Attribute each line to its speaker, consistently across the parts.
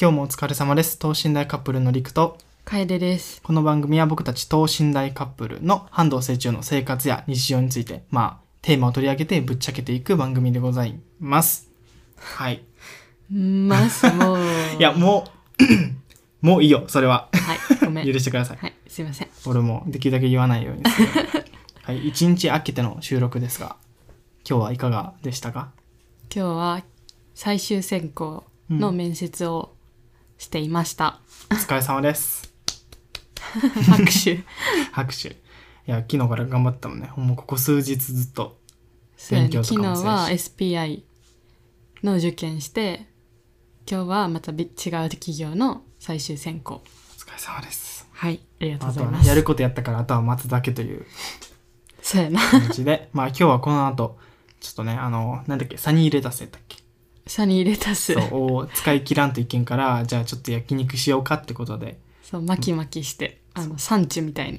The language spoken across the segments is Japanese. Speaker 1: 今日もお疲れ様です等身大カップルのりくと
Speaker 2: 楓です。
Speaker 1: この番組は僕たち等身大カップルの半同棲中の生活や日常についてまあテーマを取り上げてぶっちゃけていく番組でございますはい
Speaker 2: ます、もう。
Speaker 1: いやもう もういいよそれは
Speaker 2: はい、ごめん。
Speaker 1: 許してください
Speaker 2: はい、すいません。
Speaker 1: 俺もできるだけ言わないようにするはい一日空けての収録ですが今日はいかがでしたか
Speaker 2: 今日は最終選考の面接をしてい ました。
Speaker 1: お疲れ様です
Speaker 2: 拍手。
Speaker 1: 拍手いや昨日から頑張ったもんねほんまここ数日ずっと
Speaker 2: そうやね
Speaker 1: 勉強と
Speaker 2: 昨
Speaker 1: か
Speaker 2: 日
Speaker 1: も
Speaker 2: は SPI の受験して、今日はまた別違う企業の最終選考。
Speaker 1: お疲れ様です
Speaker 2: はい、ありがとう
Speaker 1: あ
Speaker 2: ご
Speaker 1: と
Speaker 2: ざい
Speaker 1: は
Speaker 2: ま
Speaker 1: ね
Speaker 2: す。
Speaker 1: やることやったからあとは待つだけという
Speaker 2: そうやな。
Speaker 1: 感じで まあ今日はこの後ちょっとねあのなんだっけサニーレタスやったっけ
Speaker 2: サニーレタス。
Speaker 1: そうを使い切らんといけんからじゃあちょっと焼肉しようかってことで
Speaker 2: そう、巻き巻きして、あの、産地みたいな。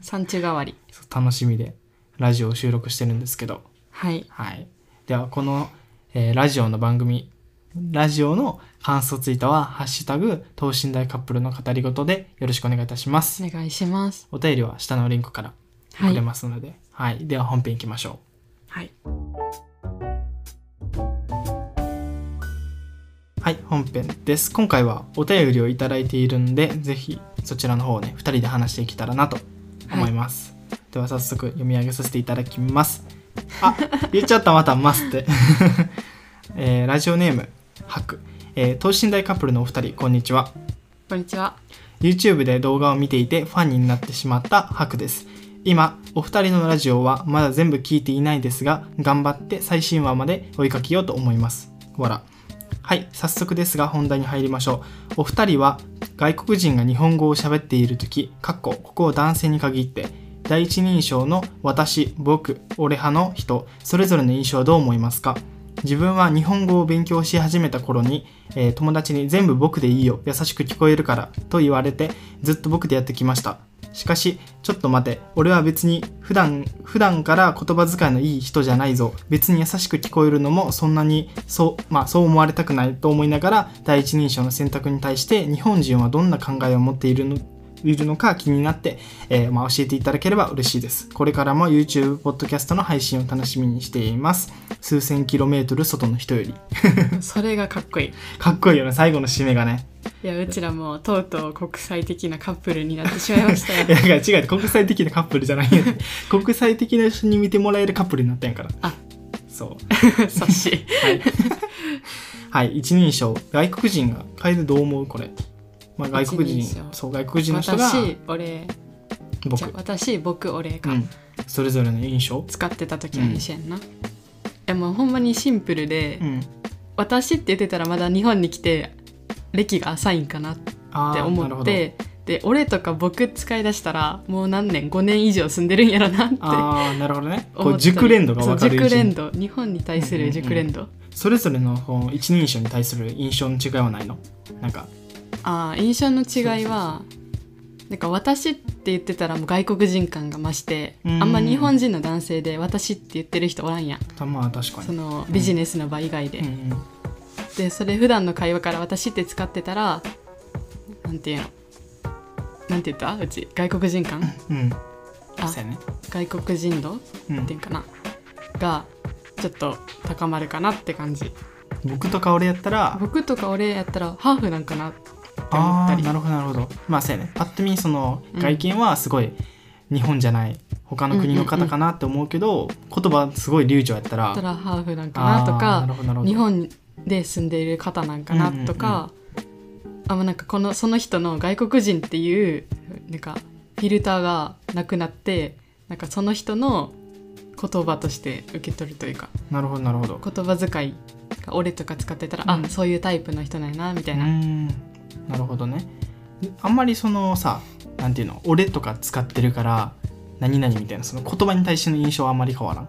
Speaker 2: 産地代わり。
Speaker 1: そう楽しみでラジオを収録してるんですけど
Speaker 2: はい。
Speaker 1: はい。では、この、えーラジオの番組、ラジオの感想ツイートは、ハッシュタグ、等身大カップルの語りごとでよろしくお願いいたします。
Speaker 2: お願いします。
Speaker 1: お便りは下のリンクから
Speaker 2: は
Speaker 1: くれ
Speaker 2: い。
Speaker 1: ますので、はい、では本編行きましょ
Speaker 2: はい。
Speaker 1: う。はい、本編です。今回はお便りをいただいているんで、ぜひそちらの方をね、2人で話していけたらなと思います。では、早速読み上げさせていただきます。あ、 言っちゃった、また、ますって。 えーラジオネーム、ハク。えー等身大カップルのお二人、こんにちは。
Speaker 2: こんにちは。
Speaker 1: YouTube で動画を見ていてファンになってしまったハクです今お二人のラジオはまだ全部聞いていないですが頑張って最新話まで追いかけようと思いますわらはい早速ですが本題に入りましょうお二人は外国人が日本語を喋っている時かっこここを男性に限って第一人称の私僕俺派の人それぞれの印象はどう思いますか自分は日本語を勉強し始めた頃に、えー友達に全部僕でいいよ優しく聞こえるからと言われてずっと僕でやってきましたしかしちょっと待て俺は別に普段普段から言葉遣いのいい人じゃないぞ別に優しく聞こえるのもそんなにそう,、まあ、そう思われたくないと思いながら第一人称の選択に対して日本人はどんな考えを持っているのいるのか気になって、えーまあ、教えていただければ嬉しいです。これからも YouTube、Podcast の配信を楽しみにしています。数千キロメートル外の人より。
Speaker 2: それがかっこいい。
Speaker 1: かっこいいよね、最後の締めがね。
Speaker 2: いや、うちらもとうとう国際的なカップルになってしまいました
Speaker 1: いや、
Speaker 2: よ。
Speaker 1: だから違う、国際的なカップルじゃないよ ね。国際的な人に見てもらえるカップルになったんやから。
Speaker 2: あ
Speaker 1: そう。
Speaker 2: 察し。
Speaker 1: はい。 はい、一人称。外国人が、楓どう思うこれ。まあ、外国
Speaker 2: 一人
Speaker 1: 人、
Speaker 2: 称
Speaker 1: そう、外国人の人が、
Speaker 2: 私、俺、
Speaker 1: 僕
Speaker 2: じゃあ。私、僕、俺
Speaker 1: う
Speaker 2: が
Speaker 1: ん。それぞれの印象。
Speaker 2: 使ってた時は一緒やんな。いや、もうほんまにシンプルで、
Speaker 1: うん。
Speaker 2: 私って言ってたらまだ日本に来て、歴が浅いんかなっ
Speaker 1: あ
Speaker 2: て
Speaker 1: あ、なる
Speaker 2: 思
Speaker 1: ほ
Speaker 2: っ
Speaker 1: ど。
Speaker 2: て、で、俺とか僕使い出したら、もう何年、5年以上住んでるんやろなって。
Speaker 1: ああ、なるほどね。こ
Speaker 2: 思った
Speaker 1: う
Speaker 2: り
Speaker 1: 熟練度が分かる
Speaker 2: そう熟
Speaker 1: 印
Speaker 2: 練
Speaker 1: 象
Speaker 2: 度日本に対する熟練度、
Speaker 1: それぞれのこう一人称に対する印象の違いはないのなんか
Speaker 2: ああ印象の違いはなんか私って言ってたらもう外国人感が増して
Speaker 1: うん
Speaker 2: あんま日本人の男性で私って言ってる人おらんやん
Speaker 1: たまあ確か
Speaker 2: そ
Speaker 1: に、
Speaker 2: のビジネスの場以外で、
Speaker 1: うんうん、
Speaker 2: でそれ普段の会話から私って使ってたらなんていうのなんて言ったうち外国人感
Speaker 1: うん、
Speaker 2: あ
Speaker 1: そうやね。
Speaker 2: 外国人度っ
Speaker 1: うん
Speaker 2: ていうんかながちょっと高まるかなって感じ
Speaker 1: 僕とか俺やったら、
Speaker 2: 僕とか俺やったらハーフなんかなって思っ
Speaker 1: あ
Speaker 2: た
Speaker 1: あ、
Speaker 2: り
Speaker 1: なるほど、なるほど。まあ、そうやね。パッと見、その
Speaker 2: うん
Speaker 1: 外見はすごい日本じゃない、他の国の方かなって思うけど、言葉すごい流暢やったら、
Speaker 2: ったらハーフなんか
Speaker 1: あー
Speaker 2: なとか
Speaker 1: なるほど、なるほど。
Speaker 2: 日本で住んでいる方なんかなとか、あもうなんかこのその人の外国人っていうなんかフィルターがなくなってなんかその人の言葉として受け取るというか
Speaker 1: なるほど、なるほど。
Speaker 2: 言葉遣いが俺とか使ってたら、
Speaker 1: うん
Speaker 2: あそういうタイプの人なんやなみたいうな、
Speaker 1: ん、なるほどね。あんまりそのさ、なんていうの、俺とか使ってるから、何々みたいな、その言葉に対しての印象はあんまり変わらん。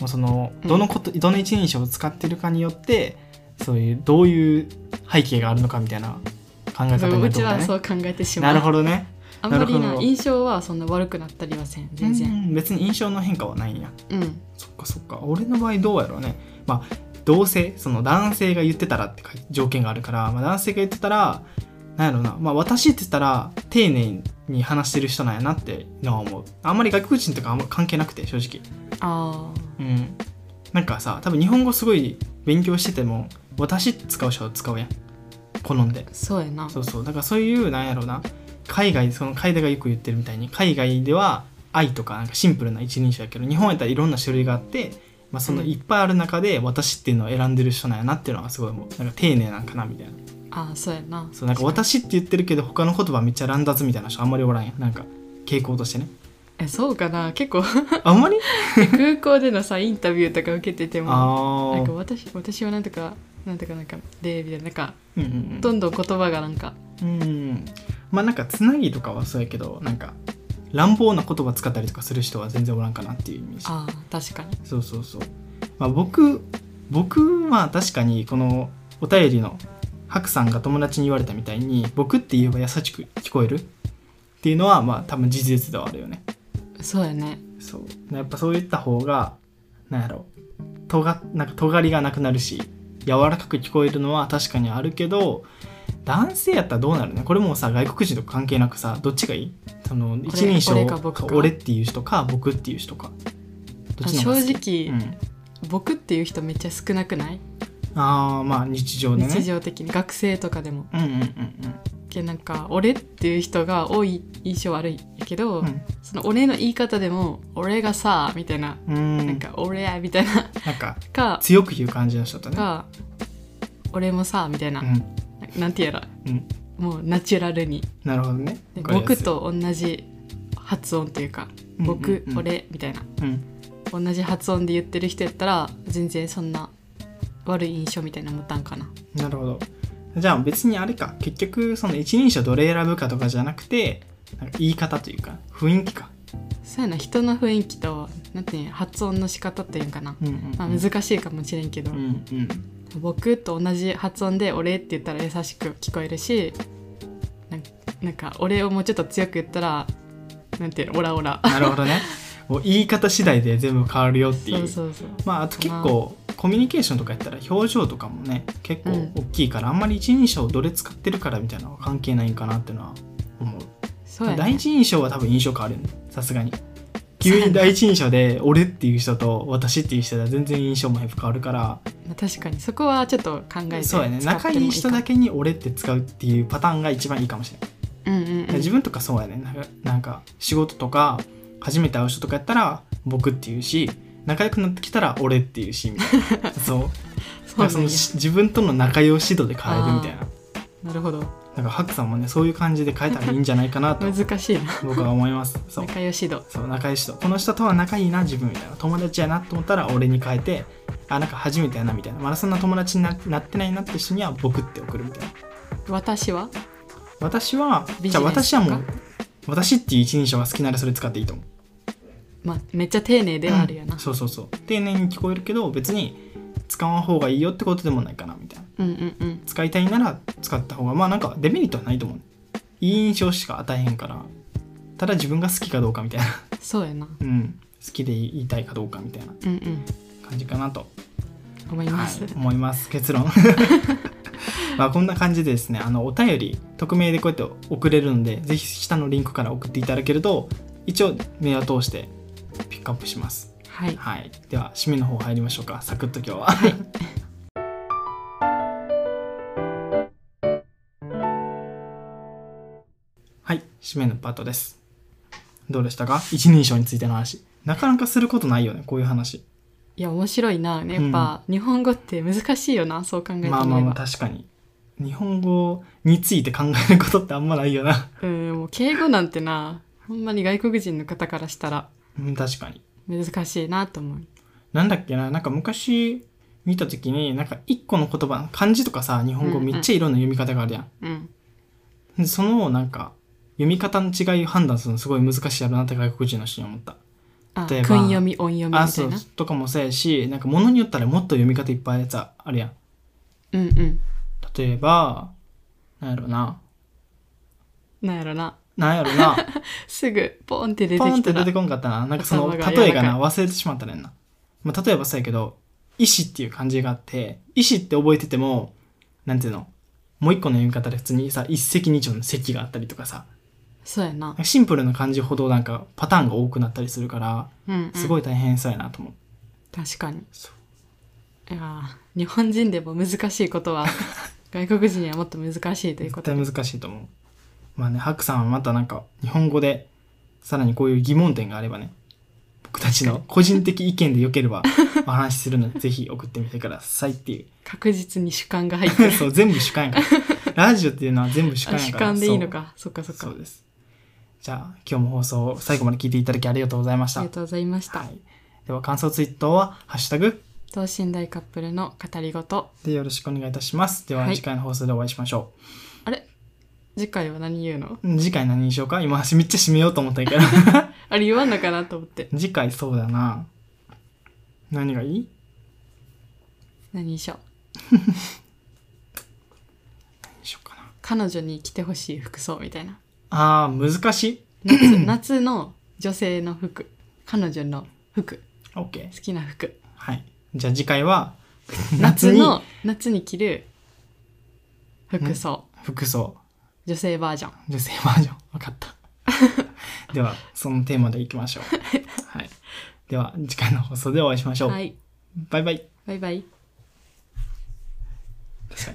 Speaker 1: もうその、
Speaker 2: うん
Speaker 1: どのこと、どの一人称を使ってるかによって、そういう、どういう背景があるのかみたいな考え方
Speaker 2: そ
Speaker 1: にな
Speaker 2: うう
Speaker 1: るって
Speaker 2: ち
Speaker 1: こと
Speaker 2: は
Speaker 1: ね
Speaker 2: そ。う考えてしま
Speaker 1: な
Speaker 2: う
Speaker 1: るほどね。
Speaker 2: あんまり
Speaker 1: なる
Speaker 2: な
Speaker 1: ほど
Speaker 2: 印象はそんな悪くなったりはせん全然
Speaker 1: うん別に印象の変化はないんや。
Speaker 2: うん、
Speaker 1: そっかそっか。俺の場合どうやろうね。まあ、同性その男性が言ってたらって書い条件があるから、まあ、男性が言ってたらなんやろうな、まあ、私って言ったら丁寧に話してる人なんやなってのは思うあんまり外国人とかあんま関係なくて正直
Speaker 2: あー
Speaker 1: うんなんかさ多分日本語すごい勉強してても私って使う人は使うやん好んで
Speaker 2: そうやな
Speaker 1: そうそうだからそういうなんやろうな海外その海外がよく言ってるみたいに海外では愛とかなんかシンプルな一人称やけど日本やったらいろんな種類があって、まあ、その
Speaker 2: うん
Speaker 1: いっぱいある中で私っていうのを選んでる人なんやなっていうのはすごいもうなんか丁寧なんかなみたいな
Speaker 2: あーそうやな
Speaker 1: そうなんか私って言ってるけど他の言葉めっちゃ乱雑みたいな人あんまりおらんやんなんか傾向として ね
Speaker 2: えそうかな結構
Speaker 1: あんまり
Speaker 2: 空港でのさインタビューとか受けてても
Speaker 1: あ
Speaker 2: なんか
Speaker 1: ー
Speaker 2: 私私はなんとかなんとかなんかでみたいななんか
Speaker 1: うんうん
Speaker 2: どんどん言葉がなんか
Speaker 1: うんうんまあなんかつなぎとかはそうやけどなんか乱暴な言葉使ったりとかする人は全然おらんかなっていうイメージ
Speaker 2: あー確かに
Speaker 1: そうそうそう。まあ、僕、僕は確かにこのお便りのハクさんが友達に言われたみたいに僕って言えば優しく聞こえるっていうのはまあ多分事実ではあるよね。
Speaker 2: そうやね
Speaker 1: そう。やっぱそういった方が、なんやろう、とが、なんか尖りがなくなるし、柔らかく聞こえるのは確かにあるけど、男性やったらどうなるねこれもうさ、外国人とか関係なくさ、どっちがいいその、一人称
Speaker 2: 俺か僕か
Speaker 1: 俺っていう人か、僕っていう人か。どっちの方が好き
Speaker 2: 正直、
Speaker 1: うん
Speaker 2: 僕っていう人めっちゃ少なくない
Speaker 1: ああまあ日常でね
Speaker 2: 日常的に学生とかでも
Speaker 1: うんうんうん
Speaker 2: けなんか俺っていう人が多い印象悪いけど、
Speaker 1: うん
Speaker 2: その俺の言い方でも俺がさみたいな、
Speaker 1: うんうん
Speaker 2: なんか俺やみたいな
Speaker 1: なんか
Speaker 2: か
Speaker 1: 強く言う感じの人とね
Speaker 2: が俺もさみたいな、
Speaker 1: うん
Speaker 2: なんてやら
Speaker 1: うん
Speaker 2: もうナチュラルに
Speaker 1: なるほどね
Speaker 2: で
Speaker 1: わかりや
Speaker 2: 僕
Speaker 1: すい
Speaker 2: と同じ発音というか
Speaker 1: うんうんうん
Speaker 2: 僕、俺みたいな
Speaker 1: うん
Speaker 2: 同じ発音で言ってる人やったら全然そんな悪い印象みたいなの持たんかな
Speaker 1: なるほどじゃあ別にあれか結局その一人称どれ選ぶかとかじゃなくてなんか言い方というか雰囲気か
Speaker 2: そうやな人の雰囲気となんていうん発音の仕方っていうんかな、
Speaker 1: うんうんうん
Speaker 2: まあ、難しいかもしれんけど、
Speaker 1: うんうん
Speaker 2: 僕と同じ発音で「俺」って言ったら優しく聞こえるしなんなんか「俺」をもうちょっと強く言ったらなんていうのオラオラ
Speaker 1: なるほど ねもう言い方次第で全部変わるよってい
Speaker 2: そううそうそう
Speaker 1: まああと結構コミュニケーションとかやったら表情とかもね結構
Speaker 2: うん
Speaker 1: 大きいから、あんまり一人称どれ使ってるからみたいなのは関係ないんかなっていうのは思う
Speaker 2: そうや
Speaker 1: 第
Speaker 2: ね
Speaker 1: 一印象は多分印象変わるよねさすがに急に第一印象で俺っていう人と私っていう人では全然印象も変わるから
Speaker 2: まあ確かにそこはちょっと考えて
Speaker 1: そうやね
Speaker 2: 使っ
Speaker 1: 仲
Speaker 2: ても
Speaker 1: い
Speaker 2: い
Speaker 1: い
Speaker 2: いか
Speaker 1: 人だけに俺って使うっていうパターンが一番いいかもしれない、
Speaker 2: うんうんうん
Speaker 1: 自分とかそうやねなんかなんか仕事とか初めて会う人とかやったら僕っていうし仲良くなってきたら俺っていうしみたいな そう
Speaker 2: そう
Speaker 1: なんか
Speaker 2: なん
Speaker 1: そ
Speaker 2: や
Speaker 1: のし自分との仲良し度で変えるみたいな
Speaker 2: なるほど
Speaker 1: なんかハクさんもねそういう感じで変えたらいいんじゃないかな と
Speaker 2: 難しいな
Speaker 1: 僕は思いますそう
Speaker 2: 仲良し度
Speaker 1: そう仲良い人この人とは仲いいな自分みたいな友達やなと思ったら俺に変えてあなんか初めてやなみたいなまだそんな友達にななってないなって人には僕って送るみたいな
Speaker 2: 私は
Speaker 1: 私は
Speaker 2: ビ
Speaker 1: じ
Speaker 2: ジ
Speaker 1: ゃ
Speaker 2: ネ
Speaker 1: あ
Speaker 2: ス
Speaker 1: 私はも
Speaker 2: と
Speaker 1: う
Speaker 2: か
Speaker 1: 私っていう一人称が好きならそれ使っていいと思う
Speaker 2: まあめっちゃ丁寧ではあるよな
Speaker 1: そうそうそう丁寧に聞こえるけど別に使わん方がいいよってことでもないかなみたいな
Speaker 2: うんうんうん
Speaker 1: 使いたいなら使った方がまあなんかデメリットはないと思ういい印象しか与えへんからただ自分が好きかどうかみたいな
Speaker 2: そうやな
Speaker 1: うん好きで言いたいかどうかみたいな
Speaker 2: うんうん
Speaker 1: 感じかなと
Speaker 2: 思います、
Speaker 1: はい、思います結論 まあこんな感じでですねあのお便り匿名でこうやって送れるのでぜひ下のリンクから送っていただけると一応メールを通してピックアップします
Speaker 2: はい
Speaker 1: はいでは締めの方入りましょうかサクッと今日は、 はい、締めのパートです。どうでしたか一人称についての話。なかなかすることないよね、こういう話。
Speaker 2: いや面白いなやっぱ、日本語って難しいよなそう考えてみれば、
Speaker 1: まあまあまあ確かに日本語について考えることってあんまないよな
Speaker 2: うんもう敬語なんてなほんまに外国人の方からしたら
Speaker 1: うん確かに
Speaker 2: 難しいなと思う
Speaker 1: なんだっけななんか昔見た時になんか一個の言葉漢字とかさ日本語めっちゃいろんな読み方があるやん、
Speaker 2: うん
Speaker 1: でそのなんか読み方の違いを判断するのすごい難しいやろなって外国人の人に思った
Speaker 2: あ
Speaker 1: 例え
Speaker 2: 訓
Speaker 1: ば
Speaker 2: 読み音読みみた
Speaker 1: あそ
Speaker 2: いうな
Speaker 1: とかもそうやしなんか物によったらもっと読み方いっぱいやつあるやん
Speaker 2: うんうん
Speaker 1: 例えばなんやろな
Speaker 2: なんやろな
Speaker 1: なんやろな
Speaker 2: すぐポン って出て
Speaker 1: ポンって
Speaker 2: きた
Speaker 1: 出
Speaker 2: ら
Speaker 1: てこんかったななんかその
Speaker 2: 頭が柔らかい
Speaker 1: 例えがな忘れてしまったねんな、まあ、例えばそうやけど意志っていう漢字があって、意志って覚えてても、なんていうのもう一個の読み方で普通にさ、一石二鳥の石があったりとかさ、
Speaker 2: そうやな、
Speaker 1: シンプルな漢字ほどなんかパターンが多くなったりするから、
Speaker 2: うんうん
Speaker 1: すごい大変そうやなと思う。
Speaker 2: 確かに
Speaker 1: そう
Speaker 2: いやー日本人でも難しいこ とは外国人にはもっと難しいという
Speaker 1: 絶
Speaker 2: こと
Speaker 1: 対
Speaker 2: で
Speaker 1: 難しいと思う。まあね、ハクさんはまたなんか、日本語で、さらにこういう疑問点があればね、僕たち の個人的意見でよければ、お話しするので、ぜひ送ってみてくださいっていう。
Speaker 2: 確実に主観が入ってる
Speaker 1: そう、全部主観やから。ラジオっていうのは全部主観
Speaker 2: あ
Speaker 1: やから。
Speaker 2: 主観でいいのかそっか
Speaker 1: そ
Speaker 2: そ
Speaker 1: う。
Speaker 2: っか
Speaker 1: そうです。じゃあ、今日も放送を最後まで聞いていただきありがとうございました。
Speaker 2: ありがとうございました、
Speaker 1: はい。では、感想ツイートは、ハッシュタグ
Speaker 2: 等身大カップルの語りごと
Speaker 1: でよろしくお願いいたします。では、
Speaker 2: はい
Speaker 1: 次回の放送でお会いしましょ
Speaker 2: あれ次回は何言うの
Speaker 1: う。次回何にしようか今、めっちゃ締めようと思ったんやけど。
Speaker 2: あれ言わんのかなと思って
Speaker 1: 次回そうだな。何がいい
Speaker 2: 何にしよう
Speaker 1: 何しようかな。
Speaker 2: 彼女に着てほしい服装みたいな
Speaker 1: あー、難しい。
Speaker 2: 夏夏の女性の服彼女の服
Speaker 1: OK。
Speaker 2: 好きな服
Speaker 1: はい。じゃあ次回は、夏
Speaker 2: 夏
Speaker 1: に
Speaker 2: の夏に着る服装
Speaker 1: 服装、
Speaker 2: 女性バージョン
Speaker 1: 女性バージョン。わかった。 では、そのテーマでいきましょう。はい。では、次回の放送でお会いしましょう。
Speaker 2: はい
Speaker 1: バイバイ。
Speaker 2: バイバイ
Speaker 1: 確かに。